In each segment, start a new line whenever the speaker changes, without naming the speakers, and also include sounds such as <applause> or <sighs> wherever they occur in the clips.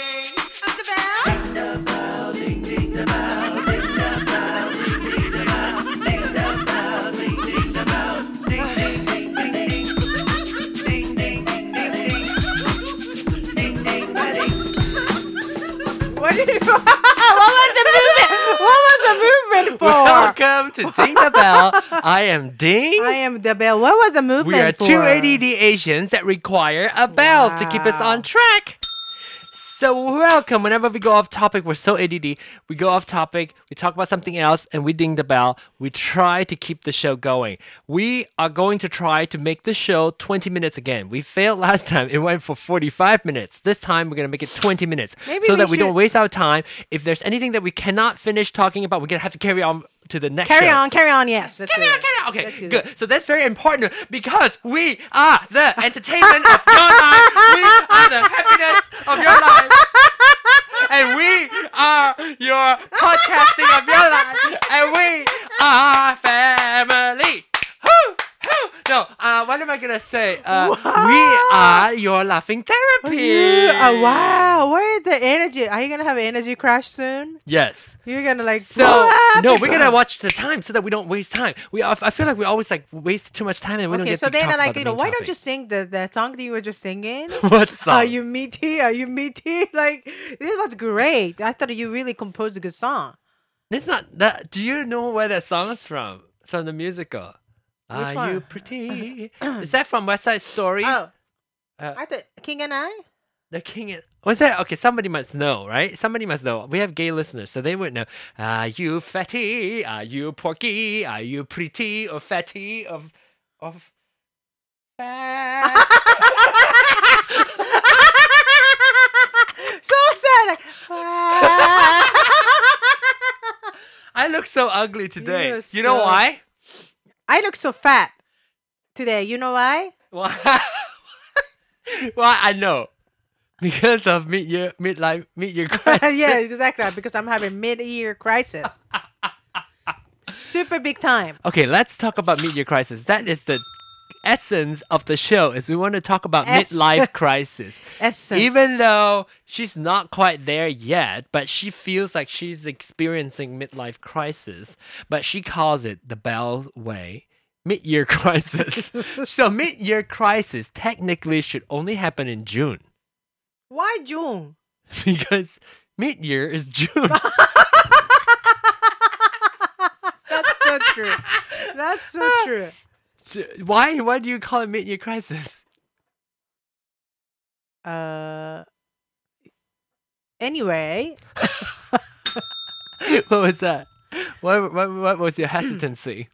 of the bell. What did you, <laughs> what was the movement? What was
<laughs>
the movement for?
Welcome to Ding the Bell. I am Ding.
I am the bell. What was the movement
we are
for?
two ADD Asians that require a bell to keep us
Wow.
on track. So welcome. Whenever we go off topic, we're so ADD. We go off topic, we talk about something else, and we ding the bell. We try to keep the show going. We are going to try to make the show 20 minutes again. We failed last <laughs> time. It went for 45 minutes. This time we're going to make it 20 minutes
Maybe
so
we
that we
should-
don't waste our time. If there's anything that we cannot finish talking about, we're going to have to carry on to the next
Carry
show.
on, carry on. Yes. that's
Carry
it.
on,
<laughs>
carry on.
Let's
Okay,
do
good. So that's very important because we are the entertainment of your life. We are the happiness of your life. And we are your podcasting of your life. And we are family. Whoo, whoo. No, uh, what am I gonna say? Uh, we are your laughing therapy.
You- oh, wow. Where is the energy? Are you going to have an energy crash soon?
Yes.
You're going to like.
So no,
<laughs> What?
we're gonna watch the time so that we don't waste time. We I I feel like we always like waste too much time and we don't
Okay,
get
so
to talk
then I
about
like,
the
you know,
main
why
topic.
don't you sing the, the song that you were just singing?
<laughs> what song?
Are you meaty? Are you meaty? <laughs> Like, this was great. I thought you really composed a good song.
It's not that. Do you know where that song is from? It's from the musical. Are
one? <clears throat>
you pretty? is that from West Side Story?
Oh,
Eh, Uh,
I thought King and I?
The King. Is... Was that okay? Somebody must know, right? Somebody must know. We have gay listeners, so they would know. Are you fatty? Are you porky? Are you pretty or fatty of
<laughs>
of fat?
<laughs> so sad. Like, "Ah."
I look so ugly today.
You're
you know
so-
why?
I look so fat today. You know why? <laughs>
<laughs> Why? why I know. Because of mid year, midlife, mid year
<laughs>
crisis.
yeah, exactly. Because I'm having mid-year crisis. Super big time.
Okay, let's talk about mid-year crisis. That is the essence of the show. Is we want to talk about
Essence.
midlife crisis.
Essence.
Even though she's not quite there yet, but she feels like she's experiencing midlife crisis. But she calls it the Bell Way mid-year <laughs>
<laughs>
crisis. so mid-year crisis technically should only happen in June
why June?
<laughs> because mid-year is <laughs> June.
That's so true. That's so true.
why? Why do you call it mid-year crisis? <laughs>
Uh. Anyway,
what was that? What, what, what was your hesitancy?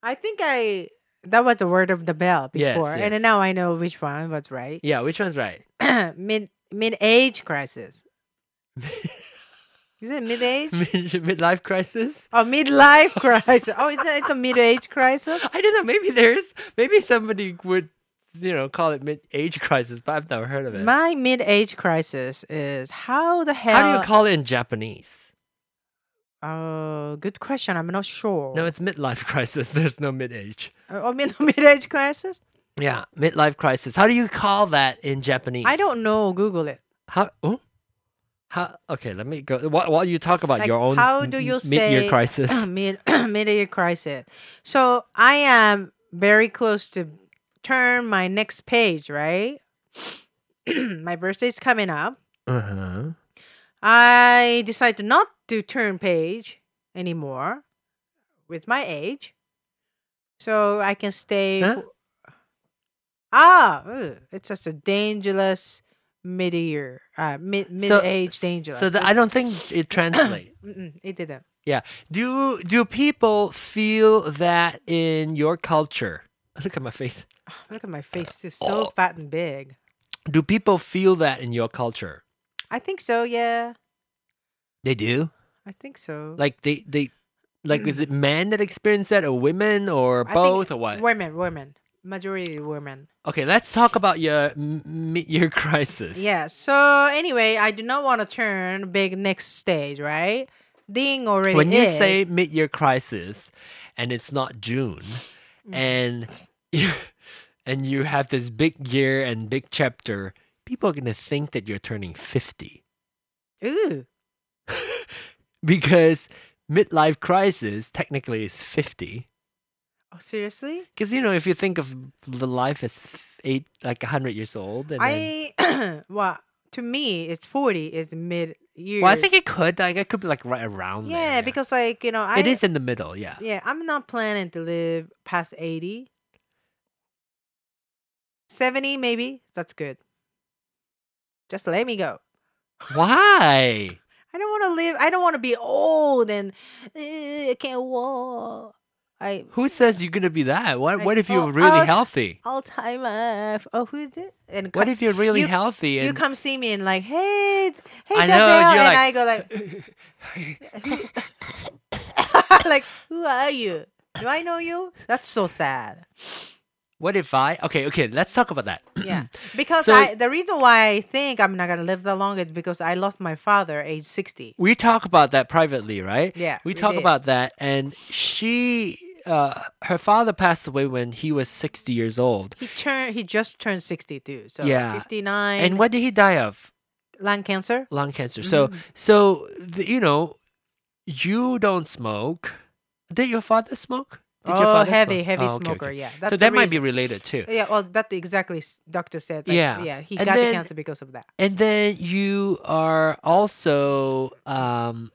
I think I that was the word of the bell
Yes,
before, and
yes.
now I know which one was right.
yeah, which one's right?
<clears throat> mid mid age crisis. is it mid age?
<laughs> Mid- <laughs> Midlife crisis? <laughs>
Oh, midlife crisis. Oh, it's a, it's a mid age crisis.
I don't know. Maybe there's maybe somebody would you know call it mid age crisis, but I've never heard of it.
My mid age crisis is how the hell?
How do you call it in Japanese?
Oh, good question. I'm not sure.
No, it's midlife <laughs> crisis. There's no mid age.
oh, mid <laughs> age crisis.
Yeah, midlife crisis. How do you call that in Japanese?
I don't know. Google it.
How? Oh? How? Okay, let me go. While, while you talk about
Like,
your own
how
m-
do
m-
you
mid-year
say <coughs>
crisis?
<clears throat> mid mid year crisis. So I am very close to turn my next page. Right, <clears throat> my birthday's coming up.
uh huh.
I decided not to turn page anymore with my age. So I can stay.
Huh?
fo- Ah, ugh, it's just a dangerous mid year, uh, mid
So-
mid age dangerous.
So that, I don't think it translates.
<coughs> Mm-mm, it didn't.
Yeah. Do do people feel that in your culture? <laughs> Look at my face.
Look at my face. It's
Oh.
so fat and big.
Do people feel that in your culture?
I think so, yeah.
They do.
I think so.
Like they they like is it men that experience that or women or
Mm. I think
both or what?
Women, women. Majority women.
Okay, let's talk about your <laughs> m- mid-year crisis.
Yeah. So anyway, I do not want to turn big next stage, right? Ding already.
When you
is.
say mid-year crisis and it's not June
Mm.
and <laughs> and you have this big year and big chapter, people are going to think that you're turning 50.
Ooh.
because midlife crisis technically is 50.
Oh, seriously?
Because, you know, if you think of the life as f- eight, like 100 years old, and then-
I <clears throat> well, to me, it's forty is mid year.
well, I think it could, like, it could be like right around there,
yeah, because like you know, I
it is in the middle, yeah.
Yeah, I'm not planning to live past eighty. Seventy, maybe that's good. Just let me go.
Why?
I don't want to live. I don't want to be old and uh, I can't walk. I
Who says you're gonna be that? What,
Like,
what if you're
oh,
really
out-
healthy?
Alzheimer's. Oh, who is it? And
What
co-
if you're really
you-
healthy
you
and
come see me and like, hey, hey,
I
I
know,
and
you're like-
I go
<laughs>
like, <laughs> like, who are you? Do I know you? That's so sad.
what if I? Okay, okay, let's talk about that. <clears throat>
Yeah, because
So-
I the reason why I think I'm not gonna live that long is because I lost my father age sixty.
we talk about that privately, right?
Yeah,
we
we
talk
did.
about that, and she, uh, her father passed away when he was sixty years old.
He turned he just turned sixty two, so
Yeah.
fifty nine
And what did he die of?
lung cancer.
Lung cancer. So,
Mm-hmm.
so the, you know, you don't smoke. Did your father smoke? Did your
oh,
father
heavy,
smoke?
heavy
Oh, okay,
smoker.
okay.
Yeah, that's
so
the
that might be
reason.
related too.
Yeah, well, that exactly s- doctor said. Like,
Yeah.
yeah, he
And
got
then-
the cancer because of that.
And then you are also um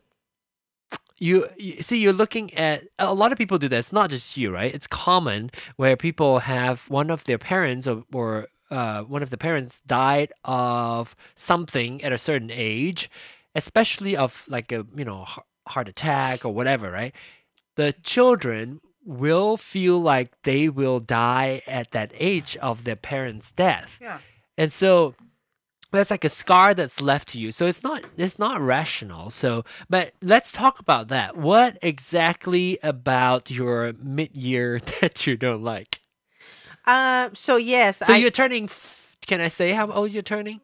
you, you see you're looking at a lot of people do that. It's not just you, right? It's common where people have one of their parents or, or uh, one of the parents died of something at a certain age, especially of like a you know heart- heart attack or whatever, right? The children will feel like they will die at that age of their parents' death.
Yeah.
And so that's like a scar that's left to you. So it's not it's not rational. So but let's talk about that. What exactly about your mid year <laughs> that you don't like?
Uh, so yes,
So
I,
you're turning f- can I say how old you're turning?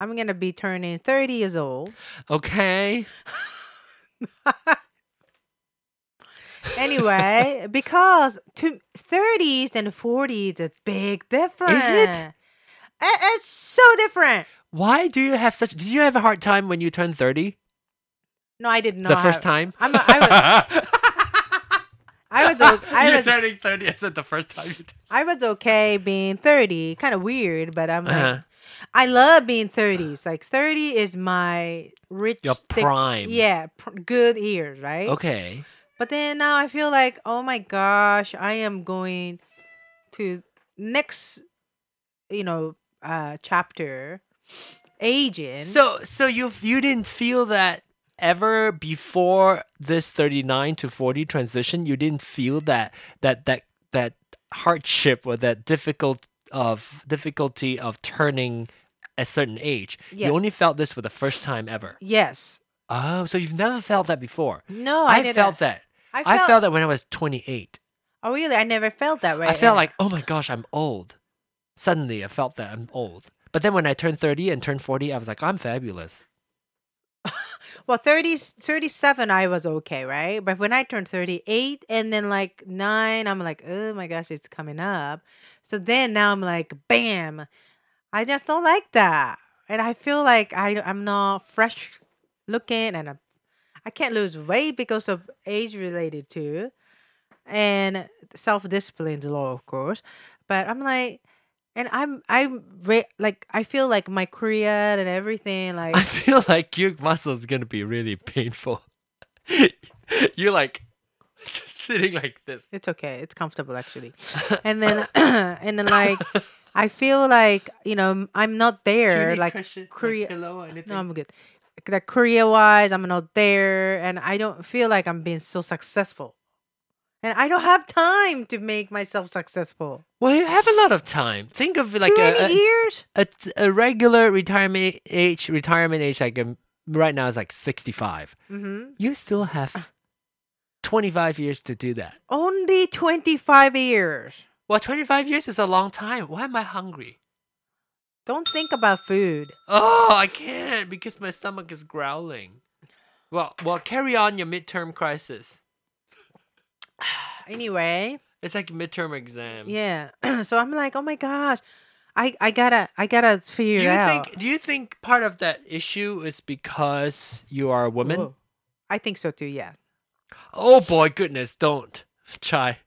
I'm gonna be turning thirty years old.
Okay. <laughs>
Anyway, because to thirties and forties is a big difference. I- It's so different.
Why do you have such did you have a hard time when you turned 30?
No, I didn't know.
the first
I,
time?
I'm a, I was
<laughs>
I was o- I
you're
was
turning 30 I said the first time you turned
I was okay being thirty. Kind of weird, but I'm like,
Uh-huh.
I love being thirties. Like thirty is my rich
your
thick-
prime.
Yeah, pr- good years, right?
Okay.
But then now I feel like, oh my gosh, I am going to next, you know, uh chapter, aging.
So so you you didn't feel that ever before this 39 to 40 transition you didn't feel that that that that hardship or that difficult of difficulty of turning a certain age.
Yeah.
You only felt this for the first time ever.
yes,
Oh, so you've never felt that before.
no, I,
I,
didn't.
felt that.
I
I
felt,
felt, that when I was 28.
Oh really? I never felt that way.
I felt
and-
like, "Oh my gosh, I'm old." Suddenly I felt that I'm old. But then when I turned 30 and turned 40, I was like, "I'm fabulous."
well 30 37 i was okay right but when i turned 38 and then like 9 i'm like oh my gosh it's coming up so then now i'm like bam i just don't like that and i feel like I, i'm not fresh looking and I'm, i can't lose weight because of age related too and self-discipline's law of course but i'm like and i'm i'm re- like i feel like my career and everything like
I feel like your muscle is gonna be really painful. <laughs> You're like <laughs> just sitting like this.
It's okay. It's
<laughs>
comfortable actually. And then <clears throat> and then like I feel like, you know, I'm not there like Korea- um,
pillow or anything.
no, I'm good. Like career wise, I'm not there and I don't feel like I'm being so successful. And I don't have time to make myself successful.
well, you have a lot of time. Think of like
Too
a, uh,
many
a-
years?
a a regular retirement age. Retirement age like um, right now is like sixty five.
hmm
You still have twenty five years to do that.
Only 25 years.
Well, twenty five years is a long time. Why am I hungry?
Don't think about food.
Oh, I can't because my stomach is growling. Well, well, carry on your midterm crisis.
Anyway,
It's like midterm exam.
<clears throat> yeah. so I'm like, oh my gosh, I I gotta I gotta figure
Do you
it out.
think? Do you think part of that issue is because you are a woman?
Whoa. I think so too. Yeah.
Oh boy, goodness, don't try,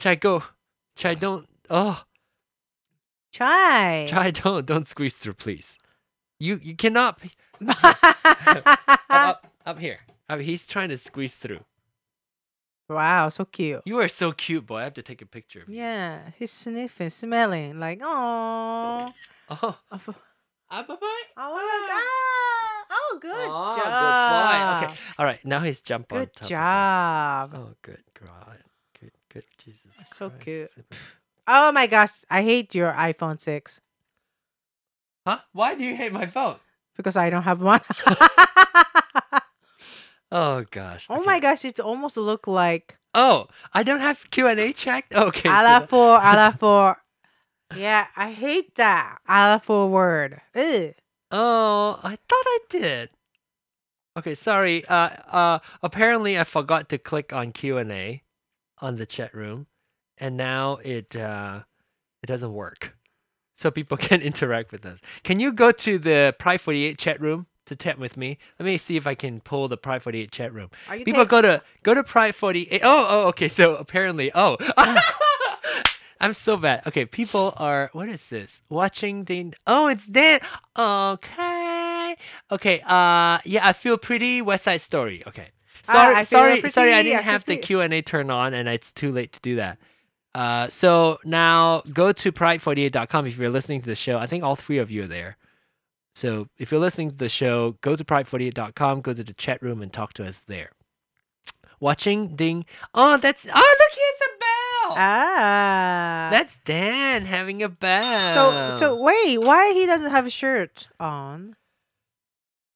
try go, try don't. Oh,
Try.
<laughs> try don't don't squeeze through, please. You you cannot. be-
Try.
Up, up up here. Up, he's trying to squeeze through.
<laughs> wow, so cute.
You are so cute, boy. I have to take a picture of you.
Yeah, he's sniffing, smelling, like
<laughs>
oh.
<laughs> Oh,
Oh, f-
ah, bye bye.
oh look, ah, oh, good
oh,
job.
Good boy. Okay. All right. Now he's jump on
Good
top. of her.
job.
Oh, good God. Good, good. Jesus.
So
Christ.
cute. Oh my gosh, I hate your iPhone 6
Huh? Why do you hate my phone?
because I don't have one. <laughs>
Oh gosh.
oh
Okay.
my gosh, it almost look like
Oh, I don't have Q and A checked. <laughs> Okay. so
a la
that-
four,
<laughs>
a la four. Yeah, I hate that a la four word. Ew.
Oh, I thought I did. Okay, sorry. Uh, uh, apparently I forgot to click on Q and A on the chat room, and now it uh, it doesn't work, so people <laughs> can interact with us. Can you go to the Pride Forty Eight chat room to chat with me? Let me see if I can pull the Pride Forty Eight chat room.
Are you
People
take-
go to go to Pride 48. Oh, oh, okay. So apparently, oh, <laughs> I'm so bad. Okay, people are. What is this? Watching the. Oh, it's Dan. Okay. Okay. Uh, yeah. I feel pretty. West Side Story. Okay.
Ah,
Sorry,
I feel
sorry, sorry. I
pretty, I
didn't
feel
have the
pretty.
Q and A turn on, and it's too late to do that. Uh, so now go to pride48.com if you're listening to the show. I think all three of you are there. So if you're listening to the show, go to pride48.com, go to the chat room, and talk to us there. Watching ding. Oh, that's oh look, here's a bell.
ah.
that's Dan having a bell.
so so wait, why he doesn't have a shirt on?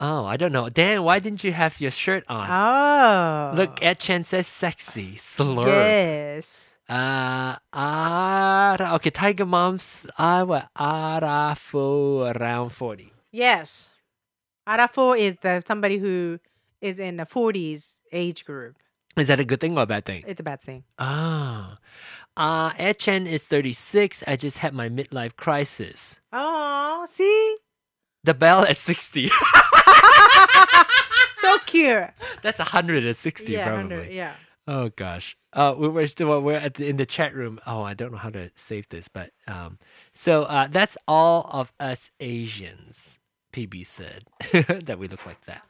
oh, I don't know, Dan. Why didn't you have your shirt on?
Oh,
Ah. Look, Ed Chen says sexy slur.
yes.
Uh, ara, okay, Tiger Mom's I what ara for around forty.
Yes. Arafo is the, somebody who is in the 40s age group.
Is that a good thing or a bad thing?
It's a bad thing.
Ah, uh, Ed Chen is thirty six. I just had my midlife crisis.
Oh, see?
The bell at sixty. <laughs>
So cute.
That's hundred at sixty
yeah,
probably.
100, yeah.
Oh gosh. Uh, we were still we're at the, in the chat room. Oh, I don't know how to save this, but um, so uh, that's all of us Asians. PB said <laughs> that we look like that.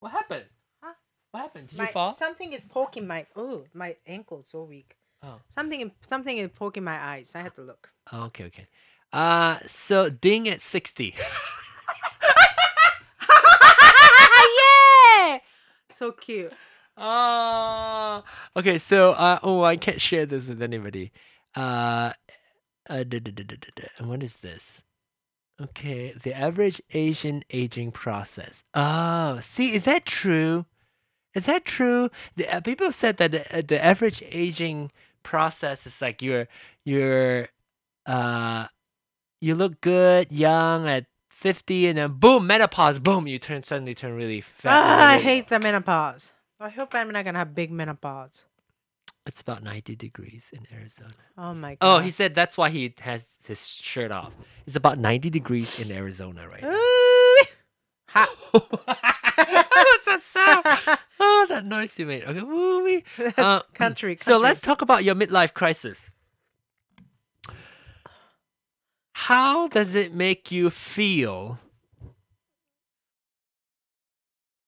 What happened?
Huh?
What happened? Did
My-
you fall?
Something is poking my oh my ankle's so weak.
Oh.
Something something is poking my eyes. I had to look.
<laughs>
<laughs>
oh, okay, okay. Uh, so ding at sixty. <laughs>
yeah, so cute.
Oh, okay. So, uh, oh, I can't share this with anybody. Uh, uh, duh, duh, duh, duh, duh, duh. and what is this? Okay, the average Asian aging process. Oh, see, is that true? Is that true? The, uh, people said that the, uh, the average aging process is like you're you're uh you look good young at 50 and then boom menopause boom you turn suddenly turn really fat and
Ah, I
really-
hate the menopause. I hope I'm not gonna have big menopause.
It's about 90 degrees in Arizona.
Oh my god.
Oh, he said that's why he has his shirt off. It's about 90 degrees in Arizona right now.
Ooh. Hot.
what was <laughs> that sound? Oh, that noise you made. Okay, <laughs> woo-wee. Uh,
<laughs> country, country.
<laughs> So let's talk about your midlife crisis. How does it make you feel?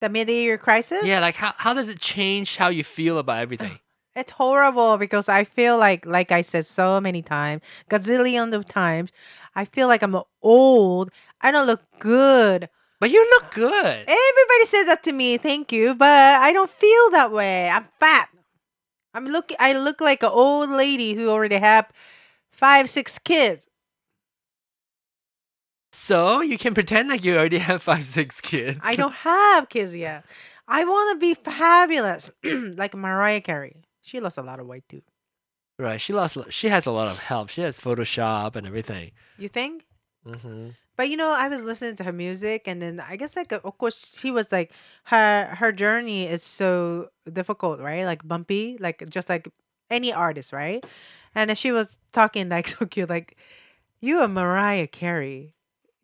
the mid-year crisis.
Yeah, like how, how does it change how you feel about everything?
It's horrible because I feel like, like I said so many times, gazillion of times, I feel like I'm old. I don't look good.
But you look good.
Everybody says that to me, thank you, but I don't feel that way. I'm fat. I'm look. I look like an old lady who already have five, six kids.
So you can pretend like you already have five, six kids. <laughs>
I don't have kids yet. I want to be fabulous, <clears throat> like Mariah Carey. She lost a lot of weight too.
Right. She lost. lo- She has a lot of help. She has Photoshop and everything.
You think?
Mm-hmm.
But you know, I was listening to her music, and then I guess like of course she was like her her journey is so difficult, right? Like bumpy, <laughs> like just like any artist, right? And then she was talking like so cute, like You are Mariah Carey.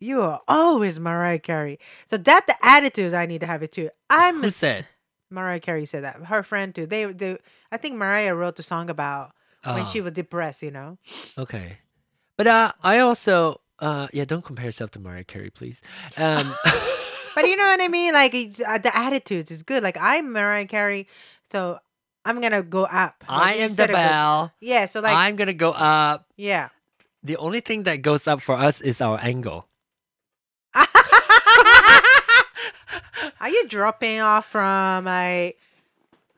You are always Mariah Carey. So that's the attitude I need to have it too. I'm
Who said?
Mariah Carey said that. Her friend too. They they I think Mariah wrote the song about when
Oh.
she was depressed, you know.
Okay. But uh, I also uh, yeah, don't compare yourself to Mariah Carey, please. Um,
But you know what
<laughs>
I mean? Like it's, uh, the attitudes is good. Like I'm Mariah Carey, so I'm gonna go up.
<laughs>
<laughs> Like,
I am the
instead of go-
bell.
Yeah, so like
I'm gonna go up. <laughs>
yeah.
The only thing that goes up for us is our angle.
Are you dropping off from like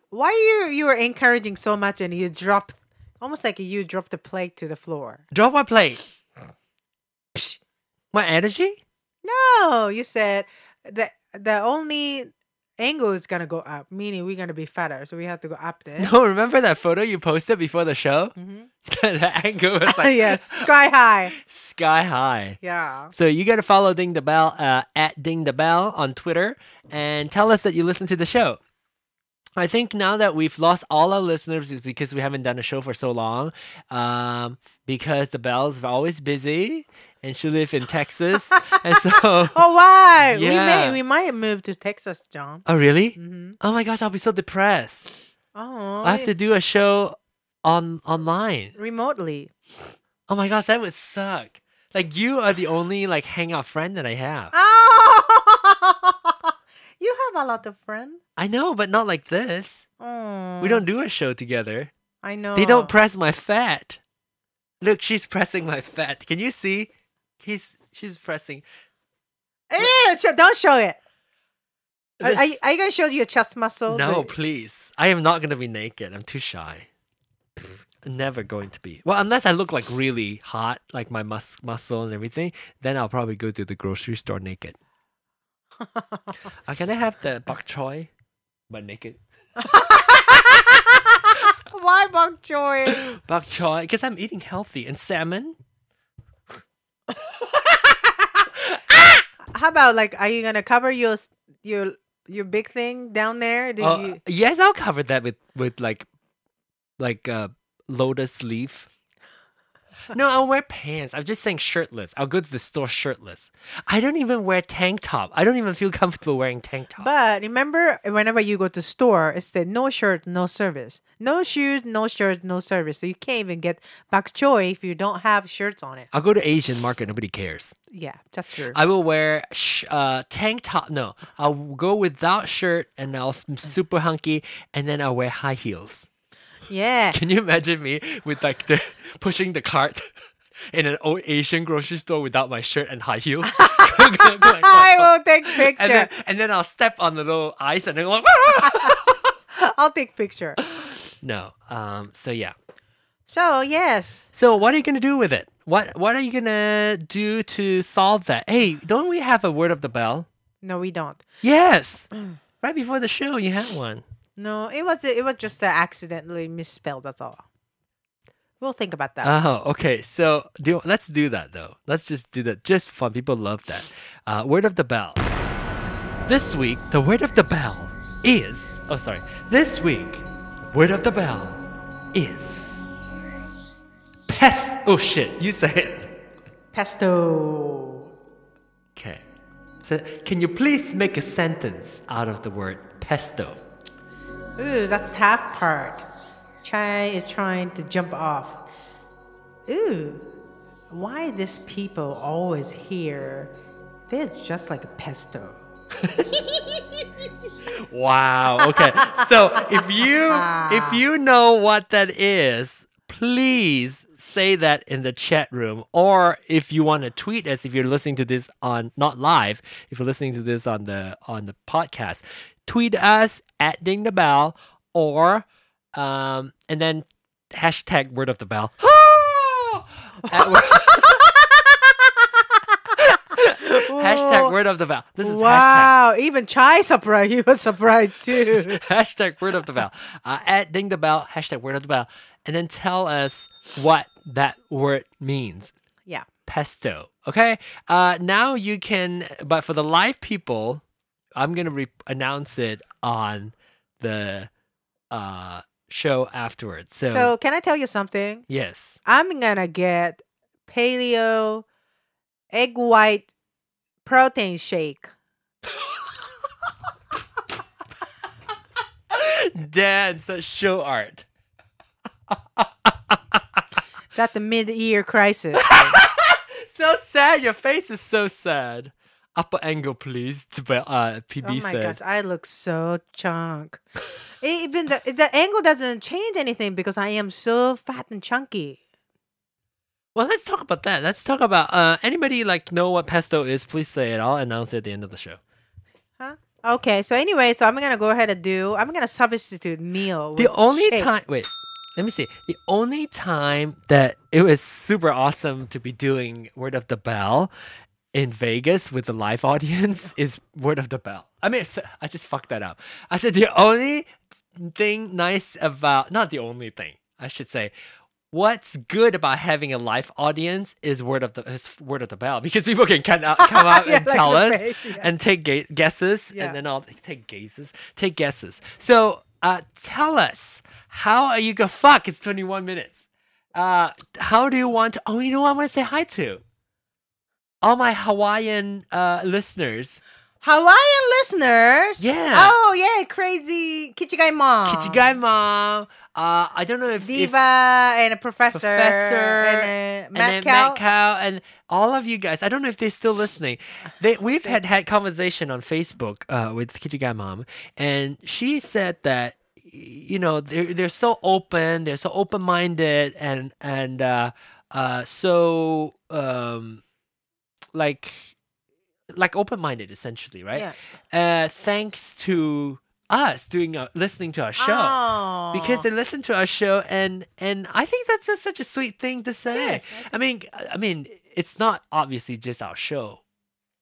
why you you were encouraging so much and you dropped almost like you dropped the plate to the floor?
Drop my
<laughs>
plate. Psh. My energy?
No, you said the the only angle is gonna go up, meaning we're gonna be fatter, so we have to go up
<laughs>
there.
No, remember that photo you posted before the show? <laughs>
Mhm.
the angle
<laughs>
was like <laughs>
yes, sky high.
sky high.
Yeah.
So you gotta follow Ding the Bell uh, at Ding the Bell on Twitter and tell us that you listen to the show. I think now that we've lost all our listeners is because we haven't done a show for so long, um, because the Bells are always busy and she lives in Texas, and so
Oh why? We
Yeah.
may we might move to Texas, John.
oh really?
Mm-hmm.
Oh my gosh, I'll be so depressed.
Oh,
I have to do a show on online.
remotely.
Oh my gosh, that would suck. Like you are the only like hangout friend that I have.
Oh, <laughs> you have a lot of friends.
I know, but not like this.
Oh,
We don't do a show together.
I know
They don't press my fat. Look, she's pressing my fat. Can you see? He's she's pressing.
Ew, Eh, ch- don't show it. Are,
This-
are, you, are you gonna show your chest muscle?
no,
The-
please. I am not gonna be naked. I'm too shy. Never going to be. Well, unless I look like really hot, like my mus- muscle and everything, then I'll probably go to the grocery store naked. uh, can I have the bok choy, but naked?
<laughs> Why bok choy?
Bok choy, because I'm eating healthy and salmon.
How about like, are you gonna cover your s- your your big thing down there? Do
Oh,
you?
yes, I'll cover that with with like like uh lotus leaf. No, I'll wear pants. I'm just saying shirtless. I'll go to the store shirtless. I don't even wear tank top. I don't even feel comfortable wearing tank top.
But remember, whenever you go to store, it's the no shirt, no service, no shoes, no shirt, no service. So you can't even get bok choy if you don't have shirts on it.
I'll go to Asian market. Nobody cares.
Yeah, that's true.
I will wear sh- uh, tank top. No, I'll go without shirt and I'll s- super hunky, and then I'll wear high heels.
yeah.
Can you imagine me with like the <laughs> pushing the cart <laughs> in an old Asian grocery store without my shirt and high heels? <laughs>
I will take picture.
and then, and then I'll step on the little ice and then go.
I'll take picture.
no. Um. So yeah.
So yes,
So what are you gonna do with it? What What are you gonna do to solve that? Hey, don't we have a word of the bell?
no, we don't.
Yes. right before the show, you had one.
No, it was it was just uh, accidentally misspelled. That's all. We'll think about that.
Oh, okay. So do let's do that though. Let's just do that. Just fun. People love that. Uh, word of the bell. This week, the word of the bell is. Oh, sorry. This week, word of the bell is. Pest. Oh shit! You say it.
Pesto.
Okay. So, can you please make a sentence out of the word pesto?
Ooh, that's half part. Chai is trying to jump off. Ooh, why these people always here? They're just like a pesto.
Wow. Okay. So if you if you know what that is, please say that in the chat room. Or if you want to tweet us, if you're listening to this on not live, if you're listening to this on the on the podcast, tweet us at ding the bell or um and then hashtag word of the bell. At word- hashtag word of the bell. This is hashtag
wow, even Chai surprised. <laughs> He was surprised <laughs> too.
<laughs> hashtag word of the bell uh, at ding the bell hashtag word of the bell and then tell us what that word means
yeah.
pesto okay uh, now you can but for the live people i'm gonna re- announce it on the uh, show afterwards so,
So, can I tell you something?
yes <laughs>
I'm gonna get paleo egg white protein shake.
Dance uh, show art.
That the mid-year crisis.
So sad. Your face is so sad. Upper angle, please. But uh, PB
oh my
said.
gosh, I look so chunk. Even the the angle doesn't change anything because I am so fat and chunky.
Well, let's talk about that. Let's talk about uh, anybody like know what pesto is. Please say it. I'll announce it at the end of the show.
Huh? Okay, so anyway, so I'm gonna go ahead and do. I'm gonna substitute meal.
The
with
only
shake.
time, wait, let me see. The only time that it was super awesome to be doing Word of the Bell in Vegas with the live audience <laughs> is Word of the Bell. I mean, s- I just fucked that up. I said the only thing nice about, not the only thing, I should say. What's good about having a live audience is word of the is word of the bell because people can come
<laughs>
out, come out
Yeah,
and
like
tell
the
us
face, yeah.
and take ga- guesses
Yeah.
and then I'll take guesses take guesses so uh tell us how are you go fuck it's 21 minutes uh how do you want to, oh you know what i want to say hi to all my hawaiian uh listeners
Hawaiian listeners.
Yeah.
Oh yeah, crazy kichigai mom.
kichigai mom uh i don't know if, if
Diva and a professor,
Professor,
and a
and
Matt
then
Cal.
Matt Cow and all of you guys. I don't know if they're still listening. They, we've had had conversation on Facebook uh, with Kichigai Mom, and she said that y- you know they're they're so open, they're so open minded, and and uh, uh, so um, like like open minded essentially, right? Uh, thanks to us doing our, listening to our show
Oh.
because they listen to our show and and I think that's just such a sweet thing to say.
Yes,
I mean, I mean, it's not obviously just our show.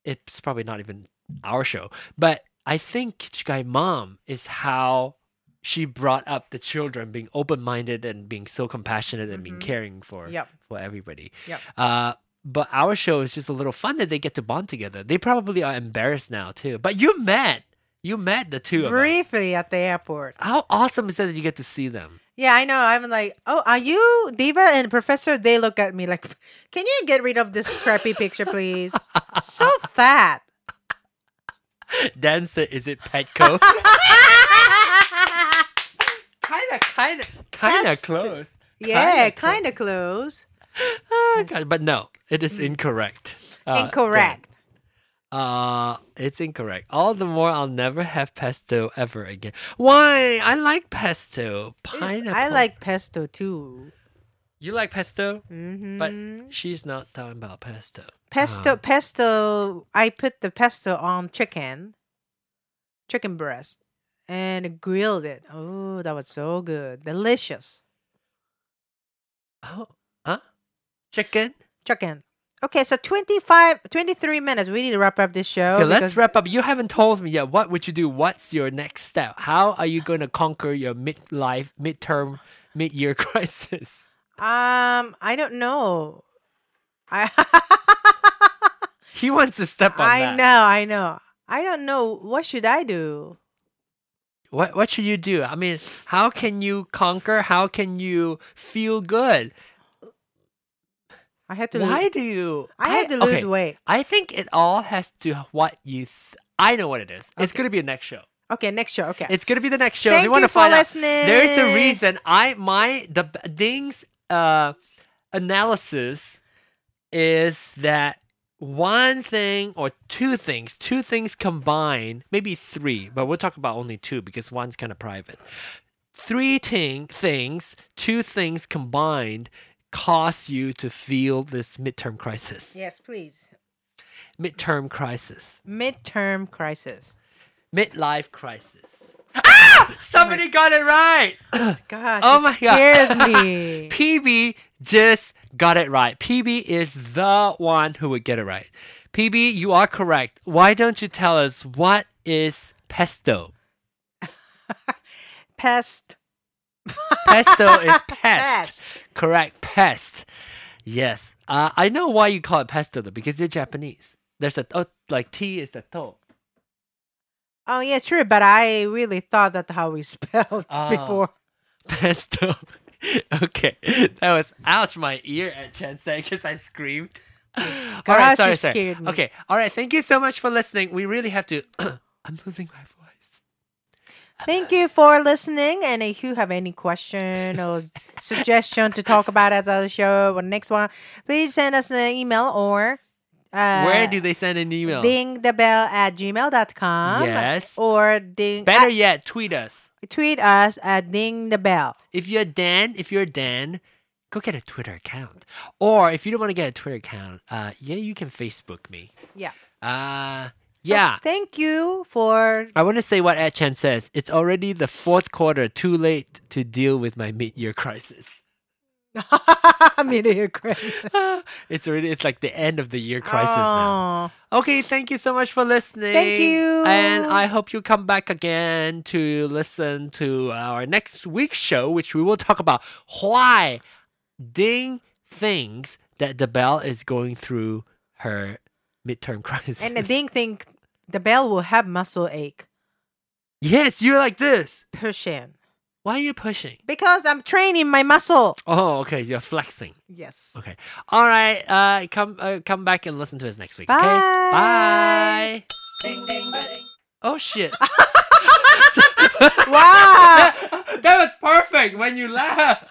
It's probably not even our show, but I think Kichigai Mom is how she brought up the children being open-minded and being so compassionate and being
Mhm.
caring for
Yep.
for everybody.
Yep.
Uh, but our show is just a little fun that they get to bond together. They probably are embarrassed now too. But you met, you met the two of us.
briefly at the airport.
How awesome is that that you get to see them?
Yeah, I know. I'm like, oh, are you Diva and Professor? They look at me like, can you get rid of this crappy picture, please? so
<laughs>
fat.
dancer is it Petco? <laughs> kinda, kinda, kinda
That's the-
close.
yeah,
Kinda
kind of close.
Ah, God, but no, it is incorrect. Uh,
Mm. Incorrect.
Dan, Uh, it's incorrect. All the more, I'll never have pesto ever again. Why? I like pesto. Pineapple.
I like pesto too.
You like pesto,
hmm
but uh. she's not talking about pesto. Um,
pesto, pesto. I put the pesto on chicken, chicken breast, and grilled it. Oh, that was so good, delicious
Oh, huh? Chicken.
chicken. Okay, so 25, 23 minutes. We need to wrap up this show.
Okay, let's
Oh, because-
wrap up. You haven't told me yet. What would you do? What's your next step? How are you going to conquer your midlife, midterm, mid-year <laughs> crisis?
Um, I don't know. I <laughs>
He wants to step on
I
that.
know, I know. I don't know what should I do.
What What should you do? I mean, how can you conquer? How can you feel good?
I had to
Why
lose.
do you?
I had to
okay,
lose weight.
I think it all has to what you. Th- I know what it is. It's
Okay.
gonna be a next show.
Okay, next show. Okay.
It's gonna be the next show.
Thank
if you, want
you
to
for
find out,
listening.
there's a reason. I my the b- Ding's uh analysis is that one thing or two things, two things combined, maybe three, but we'll talk about only two because one's kind of private. Three ting- things, two things combined cause you to feel this midterm crisis.
Yes, please.
Midterm crisis.
Midterm crisis.
Midlife crisis. Ah! Somebody got it right.
Gosh,
Oh
it
my God.
scared me.
<laughs> PB just got it right. PB is the one who would get it right. PB, you are correct. Why don't you tell us what is pesto?
Pest.
Pesto is pest.
Pest.
Correct, pest. Yes. Uh, I know why you call it pesto though, because you're Japanese. There's a oh, like T is the to.
Oh
Oh.
yeah, true. But I really thought that how we <laughs> spelled
Ah.
before.
Pesto <laughs> okay, that was ouch my ear at Chansei because I
<sighs>
screamed. all
Gosh, you
right, sorry, sorry.
scared me.
Okay, all right. Thank you so much for listening. We really have to. <clears throat> I'm losing my voice.
Thank you for listening. And if you have any question or suggestion to talk about at the show or next one, please send us an email or uh,
Where do they send an email?
ding the bell at gmail.com.
Yes.
Or ding
Better
at-
yet, tweet us.
tweet us at ding the bell.
If you're Dan, if you're Dan, go get a Twitter account. Or if you don't want to get a Twitter account, uh, yeah, you can Facebook me.
Yeah.
Uh, yeah.
Thank you for <laughs>
I want to say what Ed Chen says. It's already the fourth quarter, too late to deal with my mid-year crisis.
meteor crisis.
<laughs> it's already it's like the end of the year
Oh.
crisis now. Okay, thank you so much for listening.
you.
And I hope you come back again to listen to our next week's show, which we will talk about why Ding thinks that the bell is going through her midterm <laughs> crisis.
And the ding think the bell will have muscle ache.
yes, you're like this.
Pushing.
Why are you pushing?
Because I'm training my muscle.
Oh, okay, you're flexing.
Yes.
Okay. All right. Uh, come uh, come back and listen to us next week. Okay.
Bye.
<laughs> Bye. Oh shit.
Wow.
<laughs> that was perfect when you laughed.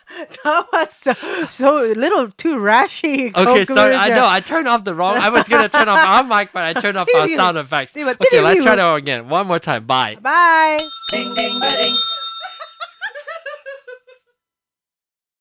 that was so, so a little too rashy.
<laughs> Okay, sorry. I
conclusion.
know I turned off the wrong. I was gonna turn off our mic, but I turned off our sound effects. Okay, let's try that again. One more time. Bye.
Bye.